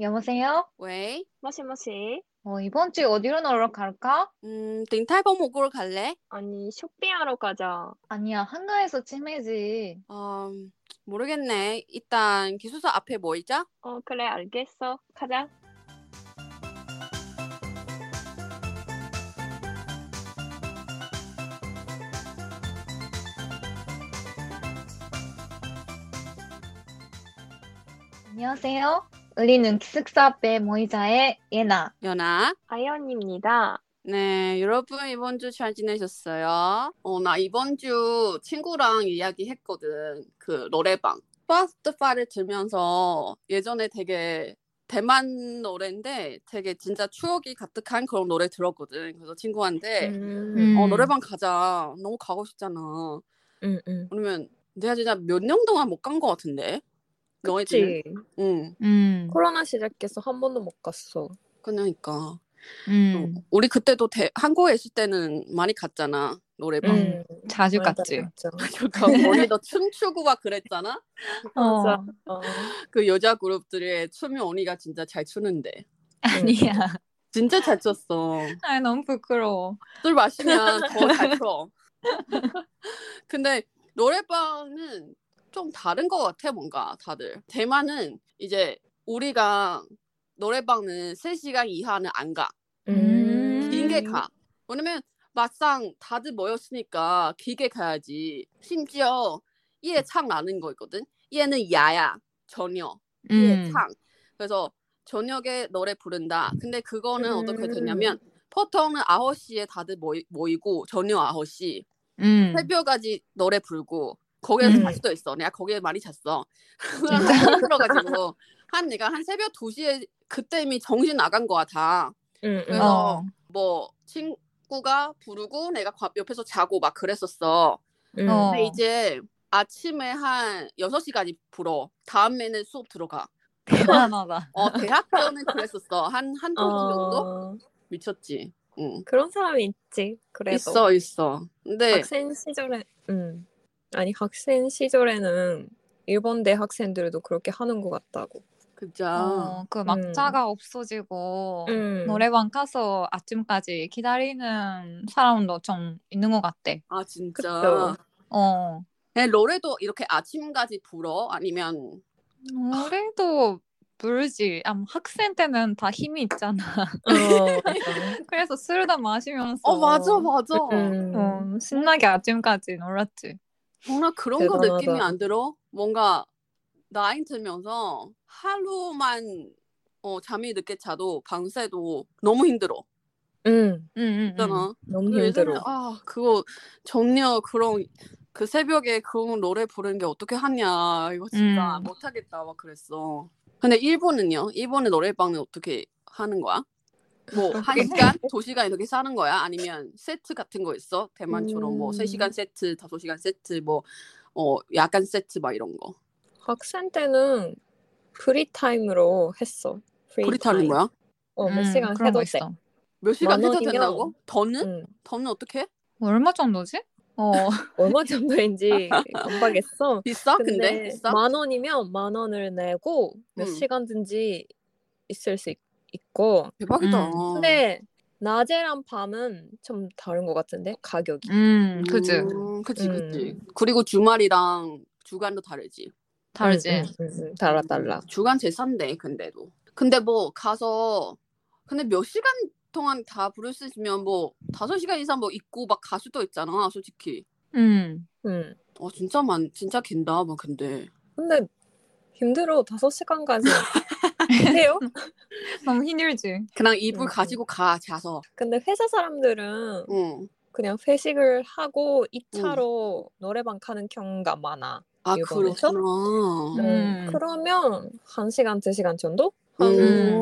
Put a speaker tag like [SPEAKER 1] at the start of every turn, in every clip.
[SPEAKER 1] 여보세요?
[SPEAKER 2] 왜?
[SPEAKER 3] 뭐시뭐시?
[SPEAKER 1] 어, 이번 주에 어디로 놀러 갈까?
[SPEAKER 2] 음, 링탈버 목으로 갈래?
[SPEAKER 3] 아니, 쇼핑하러 가자.
[SPEAKER 1] 아니야, 한가해서 치매지.
[SPEAKER 2] 어, 모르겠네. 일단 기숙사 앞에 뭐 모이자.
[SPEAKER 3] 어, 그래, 알겠어. 가자.
[SPEAKER 1] 안녕하세요. 우리는 기숙사 앞에 모이자의 예나.
[SPEAKER 2] 연아.
[SPEAKER 3] 아이언입니다.
[SPEAKER 2] 네, 여러분 이번 주 잘 지내셨어요? 어, 나 이번 주 친구랑 이야기했거든. 그 노래방. 스파스트파를 들면서 예전에 되게 대만 노래인데 되게 진짜 추억이 가득한 그런 노래 들었거든. 그래서
[SPEAKER 4] 네.
[SPEAKER 2] 친구한테
[SPEAKER 3] 음,
[SPEAKER 2] 어,
[SPEAKER 5] 음.
[SPEAKER 2] 노래방 가자. 너무 가고 싶잖아.
[SPEAKER 4] 음,
[SPEAKER 5] 응, 응.
[SPEAKER 2] 그러면 내가 진짜 몇 년 동안 못 간 것 같은데. 너희들.
[SPEAKER 5] 그치.
[SPEAKER 2] 응.
[SPEAKER 5] 음. 코로나 시작해서 한 번도 못 갔어.
[SPEAKER 2] 그러니까.
[SPEAKER 4] 음,
[SPEAKER 2] 우리 그때도 대- 한국에 있을 때는 많이 갔잖아. 노래방.
[SPEAKER 4] 음, 자주
[SPEAKER 5] 맞아,
[SPEAKER 4] 갔지.
[SPEAKER 5] 맞아.
[SPEAKER 2] 그러니까 거의 너 춤추고 막 그랬잖아.
[SPEAKER 5] 맞아.
[SPEAKER 1] 어,
[SPEAKER 5] 어.
[SPEAKER 2] 그 여자 그룹들의 춤이 언니가 진짜 잘 추는데.
[SPEAKER 4] 아니야.
[SPEAKER 2] 진짜 잘 췄어.
[SPEAKER 4] 아, 너무 부끄러워.
[SPEAKER 2] 술 마시면 더 잘 춰. 근데 노래방은 좀 다른 것 같아 뭔가 다들. 대만은 이제 우리가 노래방은 3시간 이하는 안 가.
[SPEAKER 5] 음.
[SPEAKER 2] 길게 가. 왜냐면 막상 다들 모였으니까 길게 가야지. 심지어 예창라는 거 있거든. 예는 야야 저녁
[SPEAKER 4] 음,
[SPEAKER 2] 예창. 그래서 저녁에 노래 부른다. 근데 그거는
[SPEAKER 5] 음.
[SPEAKER 2] 어떻게 되냐면 보통은 9시에 다들 모이, 모이고 저녁 9시
[SPEAKER 4] 음,
[SPEAKER 2] 새벽까지 노래 부르고 거기에서
[SPEAKER 4] 음.
[SPEAKER 2] 잘 수도 있어. 내가 거기에 많이 잤어. 힘들어가지고 한 내가 한 새벽 2시에 그때 이미 정신 나간 거야 다.
[SPEAKER 5] 응, 응.
[SPEAKER 2] 그래서
[SPEAKER 4] 어,
[SPEAKER 2] 뭐 친구가 부르고 내가 과- 옆에서 자고 막 그랬었어.
[SPEAKER 5] 응.
[SPEAKER 4] 어.
[SPEAKER 3] 아,
[SPEAKER 2] 근데 이제 아침에 한 6시까지 불어. 다음에는 수업 들어가.
[SPEAKER 4] 대단하다.
[SPEAKER 2] 어, 대학교는 그랬었어. 한, 한두 번 정도?
[SPEAKER 5] 어.
[SPEAKER 2] 미쳤지. 응.
[SPEAKER 5] 그런 사람이 있지. 그래도 아,
[SPEAKER 2] 있어, 있어.
[SPEAKER 4] 네.
[SPEAKER 2] 근데,
[SPEAKER 5] 학생 시절에 음. 아니 학생 시절에는 일본 대학생들도 그렇게 하는 것 같다고.
[SPEAKER 2] 그자.
[SPEAKER 4] 어, 그 막차가 없어지고
[SPEAKER 5] 음.
[SPEAKER 4] 노래방 가서 아침까지 기다리는 사람도 좀 있는 것 같대.
[SPEAKER 2] 아, 진짜.
[SPEAKER 5] 그쵸.
[SPEAKER 4] 어,
[SPEAKER 2] 네, 노래도 이렇게 아침까지 불어? 아니면,
[SPEAKER 4] 노래도 어, 부르지. 아, 뭐 학생 때는 다 힘이 있잖아.
[SPEAKER 5] 어, 맞아.
[SPEAKER 4] 그래서 술도 마시면서
[SPEAKER 2] 어, 맞아, 맞아.
[SPEAKER 5] 음.
[SPEAKER 4] 어, 신나게 아침까지 놀았지.
[SPEAKER 2] 정말 그런 거
[SPEAKER 5] 대단하다.
[SPEAKER 2] 느낌이 안 들어? 뭔가 나이 들면서 하루만 어, 잠이 늦게 자도 밤새도 너무 힘들어.
[SPEAKER 5] 음.
[SPEAKER 4] 응, 응, 응.
[SPEAKER 2] 있잖아.
[SPEAKER 5] 너무
[SPEAKER 2] 그래서 예전에
[SPEAKER 5] 힘들어.
[SPEAKER 2] 아 그거 전혀 그런 그 새벽에 그런 노래 부르는 게 어떻게 하냐 이거 진짜
[SPEAKER 4] 음.
[SPEAKER 2] 못하겠다 막 그랬어. 근데 일본은요? 일본의 노래방은 어떻게 하는 거야?
[SPEAKER 5] 아,
[SPEAKER 2] 뭐 한 시간, 두 시간 이렇게 사는 거야? 아니면 세트 같은 거 있어? 대만처럼
[SPEAKER 5] 음.
[SPEAKER 2] 뭐세 시간 세트, 다섯 시간 세트, 뭐어 야간 세트 막 이런 거.
[SPEAKER 5] 학생 때는 프리타임으로 했어.
[SPEAKER 2] 프리타는 거야?
[SPEAKER 5] 어, 몇
[SPEAKER 4] 음,
[SPEAKER 5] 시간
[SPEAKER 4] 그런 거
[SPEAKER 5] 해도 돼.
[SPEAKER 4] 있어.
[SPEAKER 2] 몇 시간
[SPEAKER 5] 만
[SPEAKER 2] 해도
[SPEAKER 5] 원이면-
[SPEAKER 2] 된다고? 더는?
[SPEAKER 5] 응.
[SPEAKER 2] 더는 어떻게? 해?
[SPEAKER 4] 얼마 정도지? 어,
[SPEAKER 5] 얼마 정도인지 깜빡했어.
[SPEAKER 2] 비싸? 아, 근데,
[SPEAKER 5] 근데
[SPEAKER 2] 비싸?
[SPEAKER 5] 만 원이면 만 원을 내고 몇
[SPEAKER 2] 음.
[SPEAKER 5] 시간든지 있을 수 있, 고
[SPEAKER 2] 대박이다.
[SPEAKER 5] 음. 근데 낮에랑 밤은 좀 다른 것 같은데 가격이.
[SPEAKER 4] 음, 그지.
[SPEAKER 2] 음, 그치,
[SPEAKER 5] 음.
[SPEAKER 2] 그치. 그리고 주말이랑 주간도 다르지.
[SPEAKER 4] 다르지.
[SPEAKER 5] 응, 응, 응, 응. 달라 달라.
[SPEAKER 2] 음, 주간 제일 싼데, 근데도. 근데 뭐, 가서, 근데 몇 시간 동안 다 부를 수 있으면 뭐, 다섯 시간 이상 뭐 있고 막 가수도 있잖아, 솔직히.
[SPEAKER 4] 음.
[SPEAKER 5] 응.
[SPEAKER 2] 어, 진짜 많, 진짜 긴다, 막 근데.
[SPEAKER 5] 근데 힘들어 다섯 시간까지 해요.
[SPEAKER 4] 너무 힘들지.
[SPEAKER 2] 그냥 이불
[SPEAKER 5] 음.
[SPEAKER 2] 가지고 가, 자서.
[SPEAKER 5] 근데 회사 사람들은
[SPEAKER 2] 응.
[SPEAKER 5] 그냥 회식을 하고 2차로 노래방 가는 경우가 많아.
[SPEAKER 2] 아,
[SPEAKER 5] 일본에서?
[SPEAKER 2] 그렇구나.
[SPEAKER 5] 음,
[SPEAKER 4] 음.
[SPEAKER 5] 그러면 한 시간 두 시간 정도?
[SPEAKER 2] 음.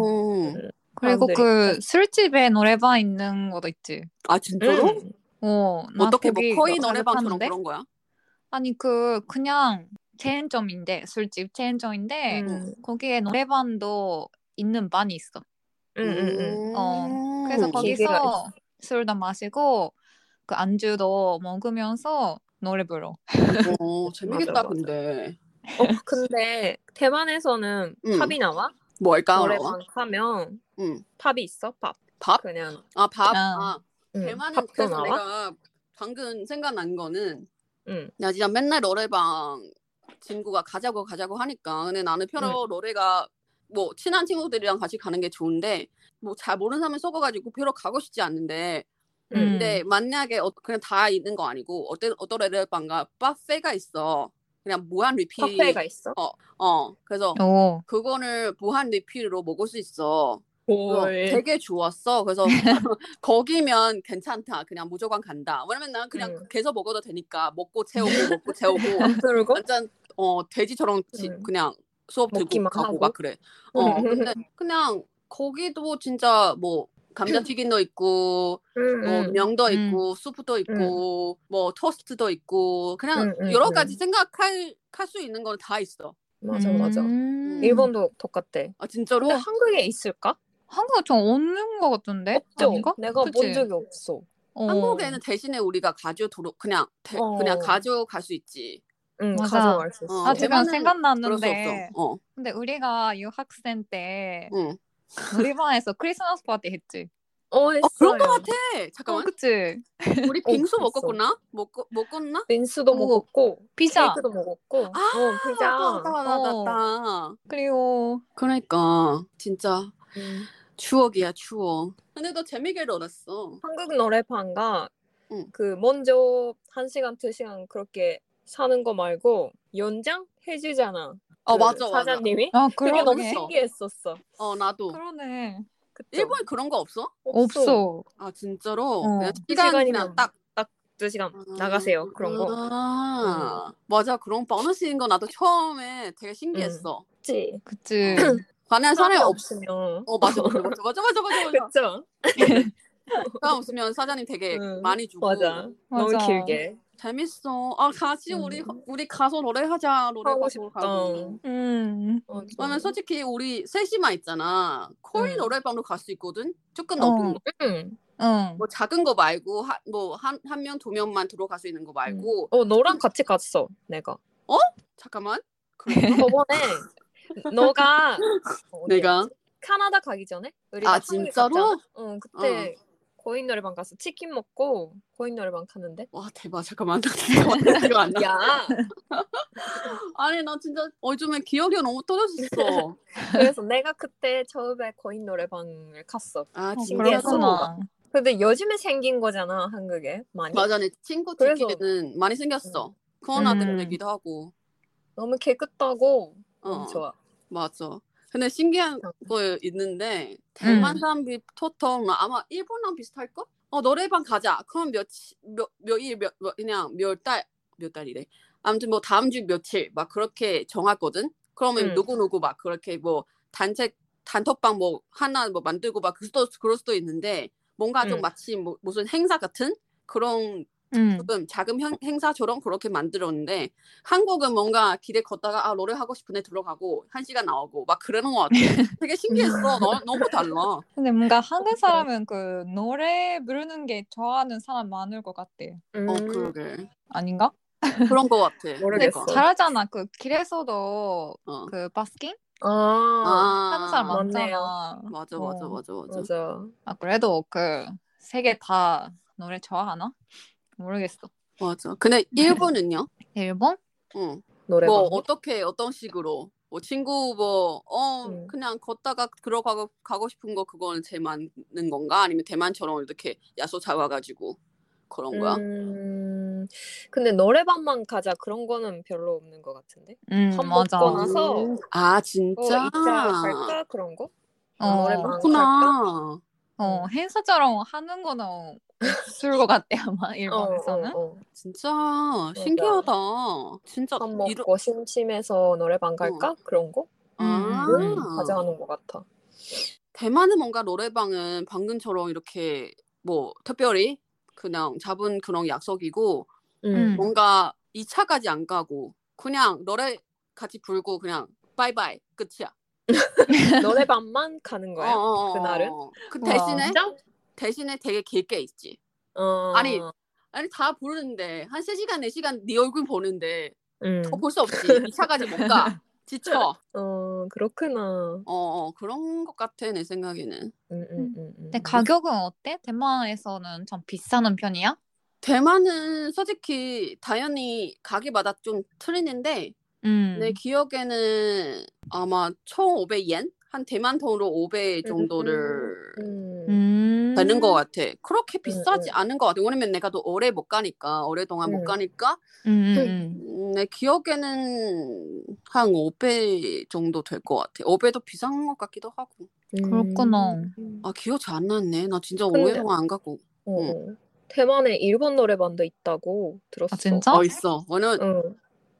[SPEAKER 4] 그리고
[SPEAKER 5] 사람들이
[SPEAKER 4] 그 술집에 노래방 있는 것도 있지.
[SPEAKER 2] 아, 진짜로?
[SPEAKER 5] 음.
[SPEAKER 4] 어, 나
[SPEAKER 2] 어떻게 뭐,
[SPEAKER 4] 거기
[SPEAKER 2] 거의
[SPEAKER 4] 자주
[SPEAKER 2] 노래방처럼
[SPEAKER 4] 가는데?
[SPEAKER 2] 그런 거야?
[SPEAKER 4] 아니 그 그냥 체인점인데 술집 체인점인데
[SPEAKER 5] 음.
[SPEAKER 4] 거기에 노래방도 있는 반이 있어.
[SPEAKER 5] 응, 응, 응.
[SPEAKER 4] 어, 그래서
[SPEAKER 2] 음.
[SPEAKER 5] 기계가
[SPEAKER 4] 거기서
[SPEAKER 5] 있어.
[SPEAKER 4] 술도 마시고 그 안주도 먹으면서 노래 불러.
[SPEAKER 2] 어, 재밌겠다,
[SPEAKER 5] 맞아, 맞아.
[SPEAKER 2] 근데.
[SPEAKER 5] 어, 근데 대만에서는
[SPEAKER 2] 음. 아, 어.
[SPEAKER 5] 팝이 나와?
[SPEAKER 2] 뭘까?
[SPEAKER 5] 노래방 가면
[SPEAKER 2] 응.
[SPEAKER 5] 팝이 있어 팝.
[SPEAKER 2] 밥?
[SPEAKER 5] 그냥
[SPEAKER 2] 아, 밥.
[SPEAKER 4] 아.
[SPEAKER 2] 아,
[SPEAKER 5] 음,
[SPEAKER 2] 대만은
[SPEAKER 5] 팝도
[SPEAKER 2] 그래서
[SPEAKER 5] 나와.
[SPEAKER 2] 내가 방금 생각난 거는
[SPEAKER 5] 응.
[SPEAKER 2] 야 진짜 맨날 노래방 친구가 가자고 가자고 하니까 근데 나는 별로 노래가 뭐 친한 친구들이랑 같이 가는 게 좋은데 뭐 잘 모르는 사람을 속아가지고 별로 가고 싶지 않은데
[SPEAKER 5] 음.
[SPEAKER 2] 근데 만약에 어- 그냥 다 있는 거 아니고 어떤 어떤 노래방가 빠페가 있어 그냥 무한 리필
[SPEAKER 5] 팝페가 있어.
[SPEAKER 2] 어 그래서
[SPEAKER 4] 오.
[SPEAKER 2] 그거를 무한 리필로 먹을 수 있어 그래서
[SPEAKER 5] 헐.
[SPEAKER 2] 되게 좋았어. 그래서 거기면 괜찮다. 그냥 무조건 간다. 왜냐면 난 그냥
[SPEAKER 5] 음.
[SPEAKER 2] 계속 먹어도 되니까 먹고 채우고 먹고 채우고
[SPEAKER 5] 안 들고?
[SPEAKER 2] 완전 어 돼지처럼 지-
[SPEAKER 5] 음.
[SPEAKER 2] 그냥 수업 듣고
[SPEAKER 5] 먹기만
[SPEAKER 2] 가고
[SPEAKER 5] 하고.
[SPEAKER 2] 막 그래. 어 근데 그냥 거기도 진짜 뭐 감자튀김도 있고
[SPEAKER 5] 음,
[SPEAKER 2] 뭐
[SPEAKER 5] 음.
[SPEAKER 2] 명도
[SPEAKER 4] 음.
[SPEAKER 2] 있고 수프도 있고 뭐 토스트도 있고 그냥
[SPEAKER 5] 음, 음,
[SPEAKER 2] 여러
[SPEAKER 5] 음.
[SPEAKER 2] 가지 생각할 할 수 있는 건 다 있어.
[SPEAKER 5] 맞아 맞아.
[SPEAKER 4] 음.
[SPEAKER 5] 일본도 똑같대.
[SPEAKER 2] 아 진짜로?
[SPEAKER 5] 근데 한국에 있을까?
[SPEAKER 4] 한국은 좀 없는 것 같은데?
[SPEAKER 5] 없죠.
[SPEAKER 4] 네? 아닌가?
[SPEAKER 5] 내가 본
[SPEAKER 4] 그치?
[SPEAKER 5] 적이 없어.
[SPEAKER 4] 어.
[SPEAKER 2] 네. 한국에는 대신에 우리가 가져도록 그냥 대-
[SPEAKER 5] 어.
[SPEAKER 2] 그냥 가져갈 수 있지.
[SPEAKER 5] 응
[SPEAKER 4] 맞아.
[SPEAKER 5] 음, 가져갈 수 있어.
[SPEAKER 2] 어,
[SPEAKER 4] 아 지금
[SPEAKER 2] 대만은 그럴 수
[SPEAKER 4] 생각났는데
[SPEAKER 2] 없어. 어,
[SPEAKER 4] 근데 우리가 유학생 때
[SPEAKER 2] 응.
[SPEAKER 4] 놀이방에서 크리스마스 파티 했지.
[SPEAKER 5] 어,
[SPEAKER 2] 어 그런 거
[SPEAKER 5] 했어요.
[SPEAKER 2] 같아.
[SPEAKER 4] 어
[SPEAKER 2] 잠깐만.
[SPEAKER 4] 그치?
[SPEAKER 2] 우리 빙수
[SPEAKER 5] 어,
[SPEAKER 2] 먹었구나? 뭐 먹고 먹었나?
[SPEAKER 5] 빈수도
[SPEAKER 4] 오,
[SPEAKER 5] 먹었고
[SPEAKER 4] 피자.
[SPEAKER 5] 케이크도 먹었고
[SPEAKER 2] 어. 아,
[SPEAKER 5] 어, 피자.
[SPEAKER 2] 맞다, 맞다,
[SPEAKER 4] 어.
[SPEAKER 2] 맞다.
[SPEAKER 4] 그리고
[SPEAKER 2] 그러니까 진짜
[SPEAKER 5] 음.
[SPEAKER 2] 추억이야 추억. 근데 너 재미게 놀았어.
[SPEAKER 5] 한국 노래방가
[SPEAKER 2] 응.
[SPEAKER 5] 그 먼저 한 시간 두 시간 그렇게 사는 거 말고 연장 해주잖아.
[SPEAKER 2] 어
[SPEAKER 5] 그
[SPEAKER 2] 맞아 맞아.
[SPEAKER 5] 사장님이
[SPEAKER 4] 아
[SPEAKER 5] 그게
[SPEAKER 4] 그러네.
[SPEAKER 5] 너무
[SPEAKER 2] 그러네.
[SPEAKER 5] 신기했었어.
[SPEAKER 2] 어 나도.
[SPEAKER 4] 그렇죠. 그러네.
[SPEAKER 5] 그쵸?
[SPEAKER 2] 일본에 그런 거 없어?
[SPEAKER 4] 없어.
[SPEAKER 2] 아 진짜로?
[SPEAKER 4] 어.
[SPEAKER 2] 그냥
[SPEAKER 5] 두
[SPEAKER 2] 시간 그냥
[SPEAKER 5] 시간이면
[SPEAKER 2] 딱
[SPEAKER 5] 두 시간 나가세요 그런 거.
[SPEAKER 2] 아, 맞아 그런 보너스인 거 나도 처음에 되게 신기했어.
[SPEAKER 5] 그치.
[SPEAKER 4] 그치?
[SPEAKER 2] 관할 사람이
[SPEAKER 5] 사람이
[SPEAKER 2] 없.
[SPEAKER 5] 없으면
[SPEAKER 2] 어 맞아 맞아 맞아 맞아 맞아 맞아. 맞아.
[SPEAKER 5] 그쵸?
[SPEAKER 2] 사람 없으면 사장님 되게
[SPEAKER 5] 응.
[SPEAKER 2] 많이 주고
[SPEAKER 5] 맞아. 너무
[SPEAKER 4] 맞아.
[SPEAKER 5] 길게
[SPEAKER 2] 재밌어. 아 같이 우리
[SPEAKER 5] 음.
[SPEAKER 2] 우리 가서 노래하자 노래
[SPEAKER 5] 하고
[SPEAKER 2] 가서
[SPEAKER 5] 싶다.
[SPEAKER 2] 가고.
[SPEAKER 4] 음.
[SPEAKER 5] 어, 좀.
[SPEAKER 2] 그러면 솔직히 우리 셋이만 있잖아. 코인
[SPEAKER 5] 음.
[SPEAKER 2] 노래방도 갈 수 있거든. 조금
[SPEAKER 4] 어.
[SPEAKER 2] 높은 거.
[SPEAKER 5] 응.
[SPEAKER 4] 응. 어,
[SPEAKER 2] 뭐 작은 거 말고 뭐한한 명 두 명만 들어갈 수 있는 거 말고.
[SPEAKER 5] 어 너랑 같이 갔어 내가
[SPEAKER 2] 잠깐만. 그래.
[SPEAKER 5] 저번에 너가 어디였지?
[SPEAKER 2] 내가
[SPEAKER 5] 캐나다 가기 전에 우리
[SPEAKER 2] 아 진짜로? 어.
[SPEAKER 5] 응 그때 고인 노래방 가서 치킨 먹고 고인 노래방 갔는데
[SPEAKER 2] 와 대박 잠깐만 나 진짜 기억 안 나.
[SPEAKER 5] 야
[SPEAKER 2] 아니 나 진짜 어, 요즘에 기억이 너무 떨어졌어.
[SPEAKER 5] 그래서 내가 그때 처음에 고인 노래방을 갔어
[SPEAKER 2] 아
[SPEAKER 4] 어,
[SPEAKER 2] 진짜
[SPEAKER 4] 그렇구나.
[SPEAKER 5] 근데 요즘에 생긴 거잖아 한국에 많이
[SPEAKER 2] 맞아 내 친구들끼리는 많이 생겼어. 코로나
[SPEAKER 5] 음.
[SPEAKER 2] 때문에기도 하고.
[SPEAKER 5] 너무 깨끗하고
[SPEAKER 2] 어,
[SPEAKER 5] 너무 좋아
[SPEAKER 2] 맞아. 근데 신기한
[SPEAKER 5] 어.
[SPEAKER 2] 거 있는데 대만
[SPEAKER 4] 음.
[SPEAKER 2] 사람들이 보통 뭐 아마 일본랑 비슷할 걸? 어 노래방 가자. 그럼 몇몇몇일몇 몇, 그냥 몇 달 몇 달이래. 아무튼 뭐 다음 주 며칠 막 그렇게 정하거든. 그러면
[SPEAKER 5] 음.
[SPEAKER 2] 누구 누구 막 그렇게 뭐 단체 단톡방 뭐 하나 뭐 만들고 막 그럴 수도 그럴 수도 있는데 뭔가 좀
[SPEAKER 5] 음.
[SPEAKER 2] 마치 뭐, 무슨 행사 같은 그런
[SPEAKER 4] 응.
[SPEAKER 2] 조금 작은 행, 행사처럼 그렇게 만들었는데 한국은 뭔가 길에 걷다가 아 노래 하고 싶은데 들어가고 한 시간 나오고 막 그러는 것 같아. 되게 신기했어. 너, 너무 달라.
[SPEAKER 4] 근데 뭔가 한국 사람은 그 노래 부르는 게 좋아하는 사람 많을 것 같아.
[SPEAKER 5] 음.
[SPEAKER 2] 어 그러게.
[SPEAKER 4] 아닌가?
[SPEAKER 2] 그런 것 같아.
[SPEAKER 5] 모르겠어.
[SPEAKER 2] 그러니까.
[SPEAKER 4] 잘하잖아. 그 길에서도
[SPEAKER 2] 어.
[SPEAKER 4] 그 바스킹
[SPEAKER 5] 아,
[SPEAKER 2] 아
[SPEAKER 4] 하는 어, 사람
[SPEAKER 5] 맞네요.
[SPEAKER 4] 많잖아.
[SPEAKER 2] 맞아
[SPEAKER 4] 어.
[SPEAKER 2] 맞아 맞아 맞아.
[SPEAKER 5] 맞아
[SPEAKER 4] 아 그래도 그 세 개 다 노래 좋아하나? 모르겠어.
[SPEAKER 2] 맞아. 근데 일본은요?
[SPEAKER 4] 일본?
[SPEAKER 2] 응.
[SPEAKER 5] 노래방
[SPEAKER 2] 뭐 어떻게 어떤 식으로? 뭐 친구 뭐 어
[SPEAKER 5] 음.
[SPEAKER 2] 그냥 걷다가 들어가고 가고 싶은 거 그거는 제일 많은 건가? 아니면 대만처럼 이렇게 야소 잡아가지고 그런 거야?
[SPEAKER 5] 음, 근데 노래방만 가자 그런 거는 별로 없는 것 같은데.
[SPEAKER 4] 음
[SPEAKER 5] 밥
[SPEAKER 4] 맞아.
[SPEAKER 5] 먹고 나서
[SPEAKER 2] 음. 아
[SPEAKER 5] 어,
[SPEAKER 2] 진짜?
[SPEAKER 5] 이자 갈까 그런 거?
[SPEAKER 4] 어,
[SPEAKER 5] 노래방 갈까?
[SPEAKER 2] 그렇구나.
[SPEAKER 4] 어 행사처럼 하는 거는 없을 것 같아 아마
[SPEAKER 5] 어, 어,
[SPEAKER 4] 일본에서는.
[SPEAKER 5] 어.
[SPEAKER 2] 진짜 신기하다. 진짜
[SPEAKER 5] 밥 먹고
[SPEAKER 2] 이런
[SPEAKER 5] 심심해서 노래방 갈까 그런 거?
[SPEAKER 2] 아
[SPEAKER 5] 뭐 음, 가자 하는 것 같아.
[SPEAKER 2] 대만은 뭔가 노래방은 방금처럼 이렇게 뭐 특별히 그냥 잡은 그런 약속이고
[SPEAKER 4] 음.
[SPEAKER 2] 뭔가 2차까지 안 가고 그냥 노래 같이 불고 그냥 바이바이 끝이야.
[SPEAKER 5] 뭐 노래방만 가는 거야?
[SPEAKER 2] 어어어.
[SPEAKER 5] 그날은?
[SPEAKER 2] 그
[SPEAKER 4] 우와.
[SPEAKER 2] 대신에
[SPEAKER 5] 진짜?
[SPEAKER 2] 대신에 되게 길게 있지.
[SPEAKER 5] 어,
[SPEAKER 2] 아니, 아니 다 부르는데 한 3시간 4시간 네 얼굴 보는데
[SPEAKER 5] 음.
[SPEAKER 2] 어, 볼수 없지. 2차까지 못 가. 지쳐.
[SPEAKER 5] 어, 그렇구나.
[SPEAKER 2] 어, 어 그런 것 같아 내 생각에는.
[SPEAKER 5] 음, 음, 음, 음.
[SPEAKER 4] 근데 가격은 어때? 대만에서는 좀 비싸는 편이야?
[SPEAKER 2] 대만은 솔직히 당연히 가게마다 좀 틀리는데
[SPEAKER 4] 음.
[SPEAKER 2] 내 기억에는 아마 총 500엔 한 대만 돈으로 500 정도를
[SPEAKER 5] 음.
[SPEAKER 4] 음.
[SPEAKER 2] 되는 것 같아. 그렇게 비싸지
[SPEAKER 5] 음.
[SPEAKER 2] 않은 것 같아. 왜냐면 내가 또 오래 못 가니까 오랫동안
[SPEAKER 5] 음.
[SPEAKER 2] 못 가니까
[SPEAKER 4] 음, 음,
[SPEAKER 2] 음, 내 기억에는 한 5배 정도 될 것 같아. 5배도 비싼 것 같기도 하고.
[SPEAKER 4] 음. 그렇구나.
[SPEAKER 2] 아 기억 잘 안 났네. 나 진짜
[SPEAKER 5] 근데-
[SPEAKER 2] 5회 동안 안 가고.
[SPEAKER 5] 어, 어. 대만에 일본 노래방도 있다고 들었어.
[SPEAKER 4] 아, 진짜?
[SPEAKER 2] 어 있어. 왜냐면
[SPEAKER 5] 응,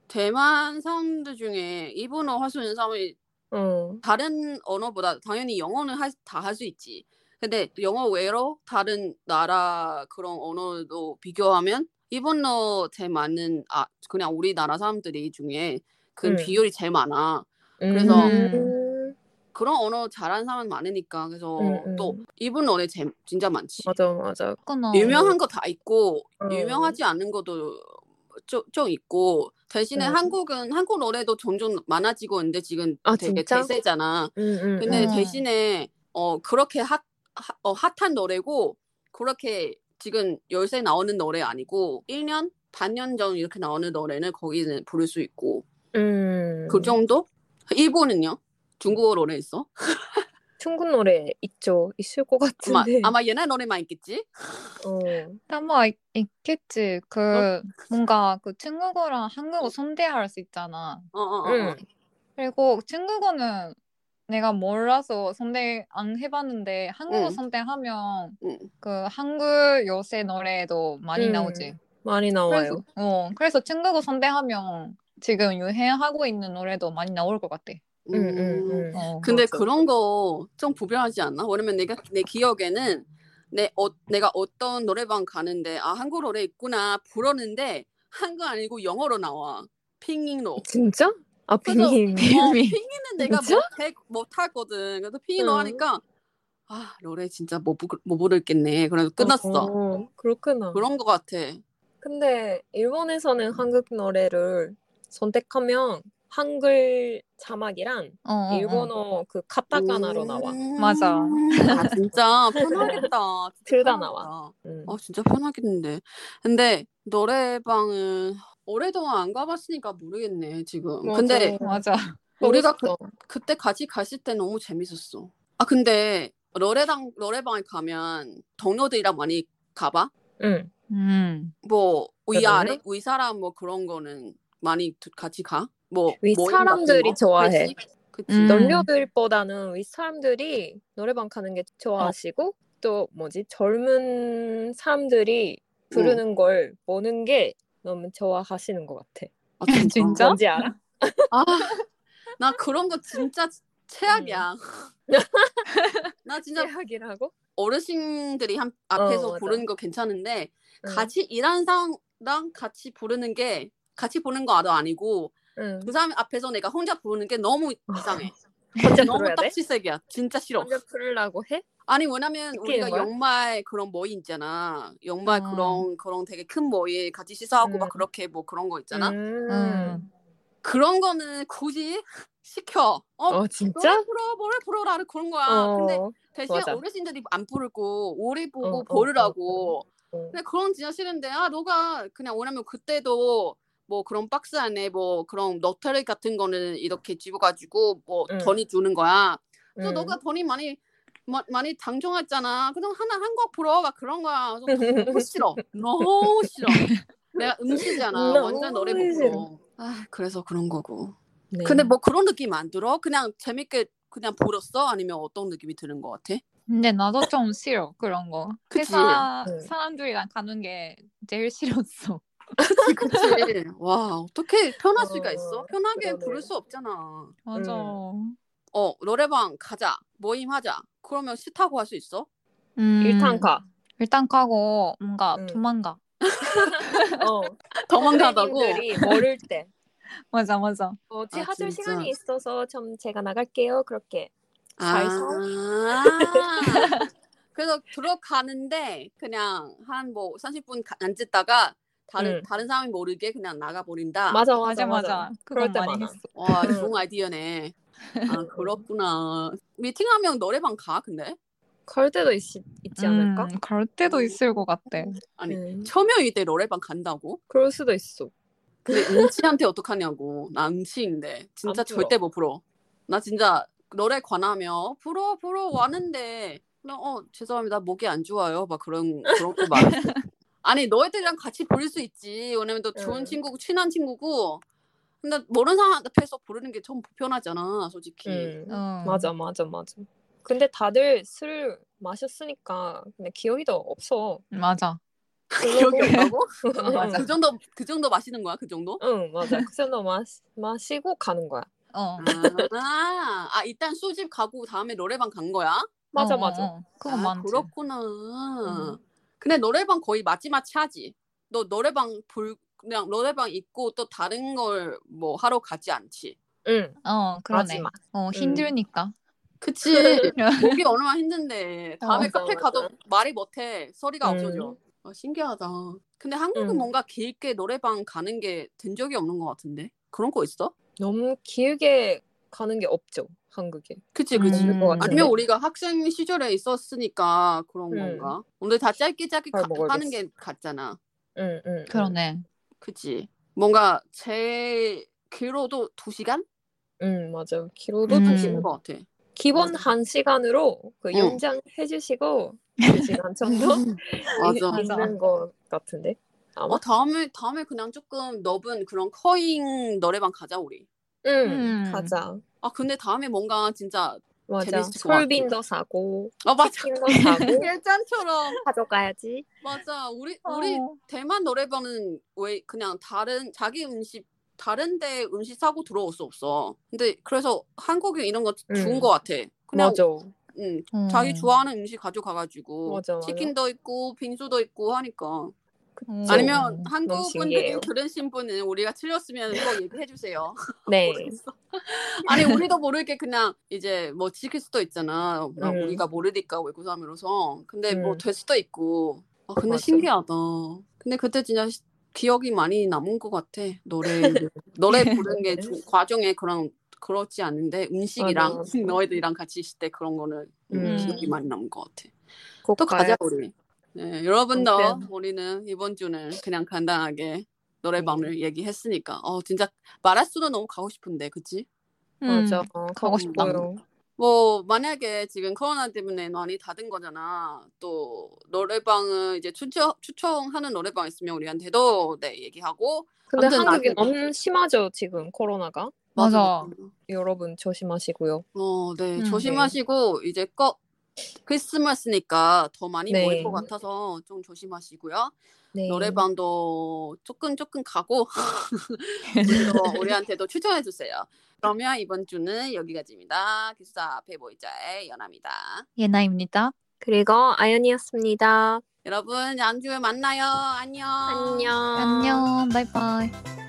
[SPEAKER 2] 대만 사운드 중에 일본어 할 수 있는 사람이
[SPEAKER 5] 응.
[SPEAKER 2] 다른 언어보다 당연히 영어는 다 할 수 있지. 근데 영어 외로 다른 나라 그런 언어도 비교하면 일본어 제일 많은 아 그냥 우리나라 사람들이 중에 그
[SPEAKER 5] 음.
[SPEAKER 2] 비율이 제일 많아. 그래서
[SPEAKER 5] 음.
[SPEAKER 2] 그런 언어 잘하는 사람 많으니까 그래서
[SPEAKER 5] 음, 음.
[SPEAKER 2] 또 일본 어에 진짜 많지.
[SPEAKER 5] 맞아, 맞아.
[SPEAKER 4] 그렇구나.
[SPEAKER 2] 유명한 거 다 있고
[SPEAKER 5] 음.
[SPEAKER 2] 유명하지 않은 것도 좀, 좀 있고 대신에
[SPEAKER 5] 음.
[SPEAKER 2] 한국은 한국 노래도 점점 많아지고 있는데 지금
[SPEAKER 5] 아,
[SPEAKER 2] 되게
[SPEAKER 5] 진짜?
[SPEAKER 2] 대세잖아.
[SPEAKER 5] 음, 음,
[SPEAKER 2] 근데
[SPEAKER 4] 음.
[SPEAKER 2] 대신에 어 그렇게 핫, 핫- 어, 핫한 노래고 그렇게 지금 열세 나오는 노래 아니고 1년 반년 전 이렇게 나오는 노래는 거기는 부를 수 있고
[SPEAKER 5] 음.
[SPEAKER 2] 그 정도? 일본은요? 중국어 노래 있어?
[SPEAKER 5] 중국 노래 있죠. 있을 것
[SPEAKER 2] 아마,
[SPEAKER 5] 같은데.
[SPEAKER 2] 아마 옛날 노래만 있겠지?
[SPEAKER 5] 어.
[SPEAKER 4] 아마 있- 있겠지. 그
[SPEAKER 2] 어?
[SPEAKER 4] 뭔가 그 중국어랑 한국어 선대할 수 있잖아.
[SPEAKER 2] 어어어.
[SPEAKER 5] 응.
[SPEAKER 4] 그리고 중국어는 내가 몰라서 선대 안 해봤는데 한국어
[SPEAKER 2] 응.
[SPEAKER 4] 선대하면
[SPEAKER 2] 응.
[SPEAKER 4] 그 한국 요새 노래도 많이
[SPEAKER 5] 음,
[SPEAKER 4] 나오지.
[SPEAKER 5] 많이
[SPEAKER 4] 그래서,
[SPEAKER 5] 나와요.
[SPEAKER 4] 어, 그래서 중국어 선대하면 지금 유행하고 있는 노래도 많이 나올 것 같아.
[SPEAKER 2] 음.
[SPEAKER 5] 음, 음, 음.
[SPEAKER 4] 어.
[SPEAKER 2] 근데
[SPEAKER 5] 맞아.
[SPEAKER 2] 그런 거 좀 구별하지 않나? 왜냐면 내가 내 기억에는 내 어, 내가 어떤 노래방 가는데 아 한국 노래 있구나 부르는데 한국 아니고 영어로 나와 핑잉로.
[SPEAKER 5] 진짜? 아, 빙이.
[SPEAKER 2] 어,
[SPEAKER 4] 핑잉.
[SPEAKER 2] 핑잉은 내가
[SPEAKER 5] 진짜?
[SPEAKER 2] 못, 못하거든. 그래서 핑잉로
[SPEAKER 5] 응.
[SPEAKER 2] 하니까 아 노래 진짜 못, 부, 못 부르겠네. 그래서 끝났어.
[SPEAKER 5] 어, 그렇구나.
[SPEAKER 2] 그런 거 같아.
[SPEAKER 5] 근데 일본에서는 한국 노래를 선택하면 한글 자막이랑
[SPEAKER 4] 어, 어, 어.
[SPEAKER 5] 일본어 그 카타카나로 나와.
[SPEAKER 2] 음.
[SPEAKER 4] 맞아.
[SPEAKER 2] 아 진짜 편하겠다. 진짜
[SPEAKER 5] 둘다
[SPEAKER 2] 편하겠다.
[SPEAKER 5] 나와. 음.
[SPEAKER 2] 어, 진짜 편하겠는데. 근데 노래방은 오래동안 안 가봤으니까 모르겠네, 지금.
[SPEAKER 5] 맞아.
[SPEAKER 2] 근데
[SPEAKER 4] 맞아.
[SPEAKER 2] 우리가 그,
[SPEAKER 5] 그랬어.
[SPEAKER 2] 그때 같이 갔을 때 너무 재밌었어. 아, 근데 노래방, 노래방에 가면 동료들이랑 많이 가봐?
[SPEAKER 5] 응.
[SPEAKER 4] 음.
[SPEAKER 2] 뭐, 위아래,
[SPEAKER 5] 그러면?
[SPEAKER 2] 위사람 뭐 그런 거는 많이 두- 같이 가? 뭐,
[SPEAKER 5] 위
[SPEAKER 2] 모임 같은
[SPEAKER 5] 사람들이
[SPEAKER 2] 거?
[SPEAKER 5] 좋아해.
[SPEAKER 2] 그치? 그치?
[SPEAKER 4] 음.
[SPEAKER 5] 널려들보다는 윗사람들이 노래방 가는
[SPEAKER 2] 어.
[SPEAKER 5] 게 좋아하시고 또 뭐지 젊은 사람들이 부르는
[SPEAKER 2] 어.
[SPEAKER 5] 걸 보는 게 너무 좋아하시는 것 같아.
[SPEAKER 2] 아,
[SPEAKER 4] 진짜?
[SPEAKER 5] 뭔지 알아?
[SPEAKER 2] 아, 나 그런 거
[SPEAKER 5] 음.
[SPEAKER 2] 진짜 최악이야. 나 진짜
[SPEAKER 5] 제약이라고?
[SPEAKER 2] 어르신들이 한 앞에서
[SPEAKER 5] 맞아.
[SPEAKER 2] 부르는 거 괜찮은데 같이 일하는 사람랑 같이 부르는 게 같이 부르는 거도 아니고
[SPEAKER 5] 응.
[SPEAKER 2] 그 사람 앞에서 내가 혼자 부르는 게 너무 이상해.
[SPEAKER 5] 어. 혼자
[SPEAKER 2] 너무
[SPEAKER 5] 불러야 돼?
[SPEAKER 2] 딱지색이야. 진짜 싫어.
[SPEAKER 5] 혼자 부르려고 해?
[SPEAKER 2] 아니 왜냐면 우리가
[SPEAKER 5] 시키는 거야?
[SPEAKER 2] 연말 그런 모임 있잖아. 연말
[SPEAKER 4] 음.
[SPEAKER 2] 그런 그런 되게 큰 모임 같이 시사하고 막
[SPEAKER 5] 어. 음.
[SPEAKER 2] 그렇게 뭐 그런 거 있잖아.
[SPEAKER 5] 음.
[SPEAKER 4] 음.
[SPEAKER 2] 그런 거는 굳이 시켜. 어,
[SPEAKER 5] 어
[SPEAKER 2] 노래
[SPEAKER 5] 진짜?
[SPEAKER 2] 불어, 노래 불어라 그런 거야. 근데
[SPEAKER 5] 어.
[SPEAKER 2] 대신
[SPEAKER 5] 맞아.
[SPEAKER 2] 어르신들이 안 부르고 오래
[SPEAKER 5] 어,
[SPEAKER 2] 보고
[SPEAKER 5] 어,
[SPEAKER 2] 보르라고.
[SPEAKER 5] 어.
[SPEAKER 2] 근데 그런 진짜 싫은데 아 너가 그냥 왜냐면 그때도 뭐 그런 박스 안에 뭐 그런 너트리 같은 거는 이렇게 집어가지고 뭐
[SPEAKER 5] 응.
[SPEAKER 2] 돈이 주는 거야. 또
[SPEAKER 5] 음.
[SPEAKER 2] 너가 돈이 많이 마- 많이 당종했잖아. 그럼 하나 한곡 불어 막 그런 거야. 그래서 너무 싫어. 너무 싫어. 내가 음치잖아.
[SPEAKER 5] 너무
[SPEAKER 2] 완전 노래 못
[SPEAKER 5] 싫어.
[SPEAKER 2] 불러. 아 그래서 그런 거고.
[SPEAKER 5] 네.
[SPEAKER 2] 근데 뭐 그런 느낌 안 들어? 그냥 재밌게 그냥 불었어? 아니면 어떤 느낌이 드는 것 같아?
[SPEAKER 4] 근데 나도 좀 싫어 그런 거.
[SPEAKER 2] 그치?
[SPEAKER 4] 회사
[SPEAKER 5] 음.
[SPEAKER 4] 사람들이랑 가는 게 제일 싫었어.
[SPEAKER 2] 그치 그치 와 어떻게 편할 수가 있어
[SPEAKER 5] 어,
[SPEAKER 2] 편하게
[SPEAKER 5] 그러네.
[SPEAKER 2] 부를 수 없잖아
[SPEAKER 4] 맞아.
[SPEAKER 5] 음.
[SPEAKER 2] 어 노래방 가자 모임하자 그러면 싫다고 할 수 있어
[SPEAKER 4] 음.
[SPEAKER 5] 일탄가.
[SPEAKER 4] 일단 가고 뭔가
[SPEAKER 5] 음.
[SPEAKER 4] 도망가.
[SPEAKER 5] 어.
[SPEAKER 2] 도망가다고
[SPEAKER 5] 선생님들이 모를 때.
[SPEAKER 4] 맞아 맞아.
[SPEAKER 5] 뭐지
[SPEAKER 2] 아,
[SPEAKER 5] 하실
[SPEAKER 2] 진짜.
[SPEAKER 5] 시간이 있어서 좀 제가 나갈게요. 그렇게.
[SPEAKER 2] 아 그래서 들어가는데 그냥 한 뭐 30분 앉았다가 다른
[SPEAKER 5] 음.
[SPEAKER 2] 다른 사람이 모르게 그냥 나가 버린다.
[SPEAKER 5] 맞아
[SPEAKER 4] 맞아
[SPEAKER 5] 맞아
[SPEAKER 4] 맞아.
[SPEAKER 5] 그럴
[SPEAKER 4] 그건 많이
[SPEAKER 5] 때마다.
[SPEAKER 4] 했어.
[SPEAKER 2] 와,
[SPEAKER 5] 음.
[SPEAKER 2] 좋은 아이디어네. 아, 그렇구나. 미팅하면 노래방 가 근데?
[SPEAKER 5] 갈 때도 있, 있지 않을까?
[SPEAKER 4] 음, 그럴 때도 있을 것 같아.
[SPEAKER 2] 아니,
[SPEAKER 5] 음.
[SPEAKER 2] 처녀일 때 노래방 간다고?
[SPEAKER 5] 그럴 수도 있어.
[SPEAKER 2] 근데 음치한테 어떡하냐고. 나 음치인데 진짜
[SPEAKER 5] 안 불어.
[SPEAKER 2] 절대 못 불어. 나 진짜 노래 관하며 불어 불어 왔는데 그냥 어 죄송합니다 목이 안 좋아요 막 그런 그런 거 말. 아니 너희들이랑 같이 부를 수 있지. 왜냐면 너 좋은
[SPEAKER 5] 응.
[SPEAKER 2] 친구고 친한 친구고. 근데 모르는 사람 앞에서 부르는 게 좀 불편하잖아 솔직히.
[SPEAKER 5] 음.
[SPEAKER 4] 어.
[SPEAKER 5] 맞아 맞아 맞아. 근데 다들 술 마셨으니까 근데 기억이 더 없어.
[SPEAKER 4] 맞아.
[SPEAKER 2] 기억이 없다고?
[SPEAKER 5] 응, 맞아.
[SPEAKER 2] 그 정도 그 정도 마시는 거야 그 정도?
[SPEAKER 5] 응 맞아. 그 정도 마 마시고 가는 거야.
[SPEAKER 4] 어.
[SPEAKER 2] 아, 아 일단 술집 가고 다음에 노래방 간 거야?
[SPEAKER 5] 맞아
[SPEAKER 4] 어,
[SPEAKER 5] 맞아.
[SPEAKER 4] 어, 어. 그거
[SPEAKER 2] 아,
[SPEAKER 4] 많지.
[SPEAKER 5] 음.
[SPEAKER 2] 그렇구나. 근데 노래방 거의 마지막치 하지. 너 노래방 불 그냥 노래방 있고 또 다른 걸 뭐 하러 가지 않지.
[SPEAKER 5] 응
[SPEAKER 4] 어, 그러네.
[SPEAKER 5] 마지막.
[SPEAKER 4] 어, 힘드니까.
[SPEAKER 5] 네,
[SPEAKER 2] 그치. 목이 얼마나 힘든데. 다음에
[SPEAKER 5] 어, 맞아,
[SPEAKER 2] 카페
[SPEAKER 5] 맞아.
[SPEAKER 2] 가도 말이 못해. 소리가
[SPEAKER 5] 음.
[SPEAKER 2] 없어져. 아, 신기하다. 근데 한국은
[SPEAKER 5] 음.
[SPEAKER 2] 뭔가 길게 노래방 가는 게 된 적이 없는 것 같은데. 그런 거 있어?
[SPEAKER 5] 너무 길게 가는 게 없죠 한국에.
[SPEAKER 2] 그치, 그치.
[SPEAKER 4] 음.
[SPEAKER 5] 그럴 것 같은데.
[SPEAKER 2] 아니면 우리가 학생 시절에 있었으니까 그런
[SPEAKER 5] 음.
[SPEAKER 2] 건가? 오늘 다 짧게 짧게
[SPEAKER 5] 잘
[SPEAKER 2] 가,
[SPEAKER 5] 모르겠어.
[SPEAKER 2] 하는 게 같잖아.
[SPEAKER 5] 응, 응, 응.
[SPEAKER 4] 그러네.
[SPEAKER 2] 그치. 뭔가 제일 길어도 두 시간?
[SPEAKER 5] 응 맞아. 길어도
[SPEAKER 4] 음.
[SPEAKER 5] 두
[SPEAKER 2] 긴
[SPEAKER 5] 시간.
[SPEAKER 2] 것 같아.
[SPEAKER 5] 기본
[SPEAKER 2] 맞아.
[SPEAKER 5] 한 시간으로 그
[SPEAKER 2] 응.
[SPEAKER 5] 연장해 주시고 두 시간 정도
[SPEAKER 2] 맞아.
[SPEAKER 5] 이- 있는 것 같은데. 아마.
[SPEAKER 2] 어, 다음에, 다음에 그냥 조금 넓은 그런 커잉 노래방 가자, 우리.
[SPEAKER 5] 응.
[SPEAKER 4] 음.
[SPEAKER 5] 가자.
[SPEAKER 2] 아, 근데 다음에 뭔가 진짜,
[SPEAKER 5] 맞아.
[SPEAKER 2] 재밌을 것 같아.
[SPEAKER 5] 솔빈도 사고
[SPEAKER 2] 아, 맞아.
[SPEAKER 5] 치킨도 사고
[SPEAKER 2] 일잔처럼.
[SPEAKER 3] 가져가야지.
[SPEAKER 2] 맞아. 우리, 우리
[SPEAKER 4] 어.
[SPEAKER 2] 대만 노래방은 왜 그냥 다른, 자기 음식, 다른데 음식 사고 들어올 수 없어. 근데 그래서 한국에 이런 거 좋은
[SPEAKER 5] 음.
[SPEAKER 2] 것 같아. 그냥,
[SPEAKER 5] 맞아.
[SPEAKER 2] 음,
[SPEAKER 4] 음.
[SPEAKER 2] 자기 좋아하는 음식 가져가가지고
[SPEAKER 5] 맞아, 맞아.
[SPEAKER 2] 치킨도 있고 빙수도 있고 하니까
[SPEAKER 4] 음.
[SPEAKER 2] 아니면
[SPEAKER 4] 음.
[SPEAKER 2] 한국
[SPEAKER 5] 너무
[SPEAKER 2] 분들이
[SPEAKER 5] 신기해요.
[SPEAKER 2] 들으신 분은 우리가 틀렸으면 꼭 얘기해 주세요.
[SPEAKER 5] 네.
[SPEAKER 2] 아니 우리도 모르게 그냥 이제 뭐 지킬 수도 있잖아. 막
[SPEAKER 5] 음.
[SPEAKER 2] 우리가 모르니까 외국 사람으로서. 근데 뭐
[SPEAKER 5] 음.
[SPEAKER 2] 될 수도 있고. 아 근데
[SPEAKER 5] 맞아.
[SPEAKER 2] 신기하다. 근데 그때 진짜 시- 기억이 많이 남은 것 같아. 노래 노래 부르는 게 조- 과정에 그런 그렇지 않은데
[SPEAKER 5] 네. 맞아,
[SPEAKER 2] 음식이랑
[SPEAKER 5] 맞아.
[SPEAKER 2] 너희들이랑 같이 있을 때 그런 거는
[SPEAKER 5] 음.
[SPEAKER 2] 기억이 많이 남은 것 같아.
[SPEAKER 5] 곧
[SPEAKER 2] 또 가자
[SPEAKER 5] 가야지.
[SPEAKER 2] 우리. 네, 여러분도
[SPEAKER 5] 아무튼.
[SPEAKER 2] 우리는 이번 주는 그냥 간단하게
[SPEAKER 5] 음.
[SPEAKER 2] 노래방을 얘기했으니까 어 진짜 마라수는 너무 가고 싶은데 그치?
[SPEAKER 5] 맞아.
[SPEAKER 4] 음.
[SPEAKER 5] 가고,
[SPEAKER 4] 가고 싶다.
[SPEAKER 5] 싶고요.
[SPEAKER 2] 뭐 만약에 지금 코로나 때문에 많이 닫은 거잖아. 또 노래방은 이제 추천 추천하는 노래방 있으면 우리한테도 네 얘기하고
[SPEAKER 5] 근데
[SPEAKER 2] 아무튼
[SPEAKER 5] 한국이
[SPEAKER 2] 나중에-
[SPEAKER 5] 너무 심하죠 지금 코로나가.
[SPEAKER 4] 맞아.
[SPEAKER 5] 여러분 조심하시고요.
[SPEAKER 2] 어, 네
[SPEAKER 4] 음.
[SPEAKER 2] 조심하시고 이제 꼭 크리스마스니까 더 많이
[SPEAKER 5] 네.
[SPEAKER 2] 모일 것 같아서 좀 조심하시고요.
[SPEAKER 5] 네.
[SPEAKER 2] 노래방도 조금 조금 가고 우리도 우리한테도 추천해 주세요. 그러면 이번 주는 여기까지입니다. 기숙사 앞에 보이자의 연아입니다.
[SPEAKER 4] 예나입니다.
[SPEAKER 5] 그리고 아연이었습니다.
[SPEAKER 2] 여러분 다음 주에 만나요. 안녕.
[SPEAKER 5] 안녕.
[SPEAKER 4] 안녕. 바이바이.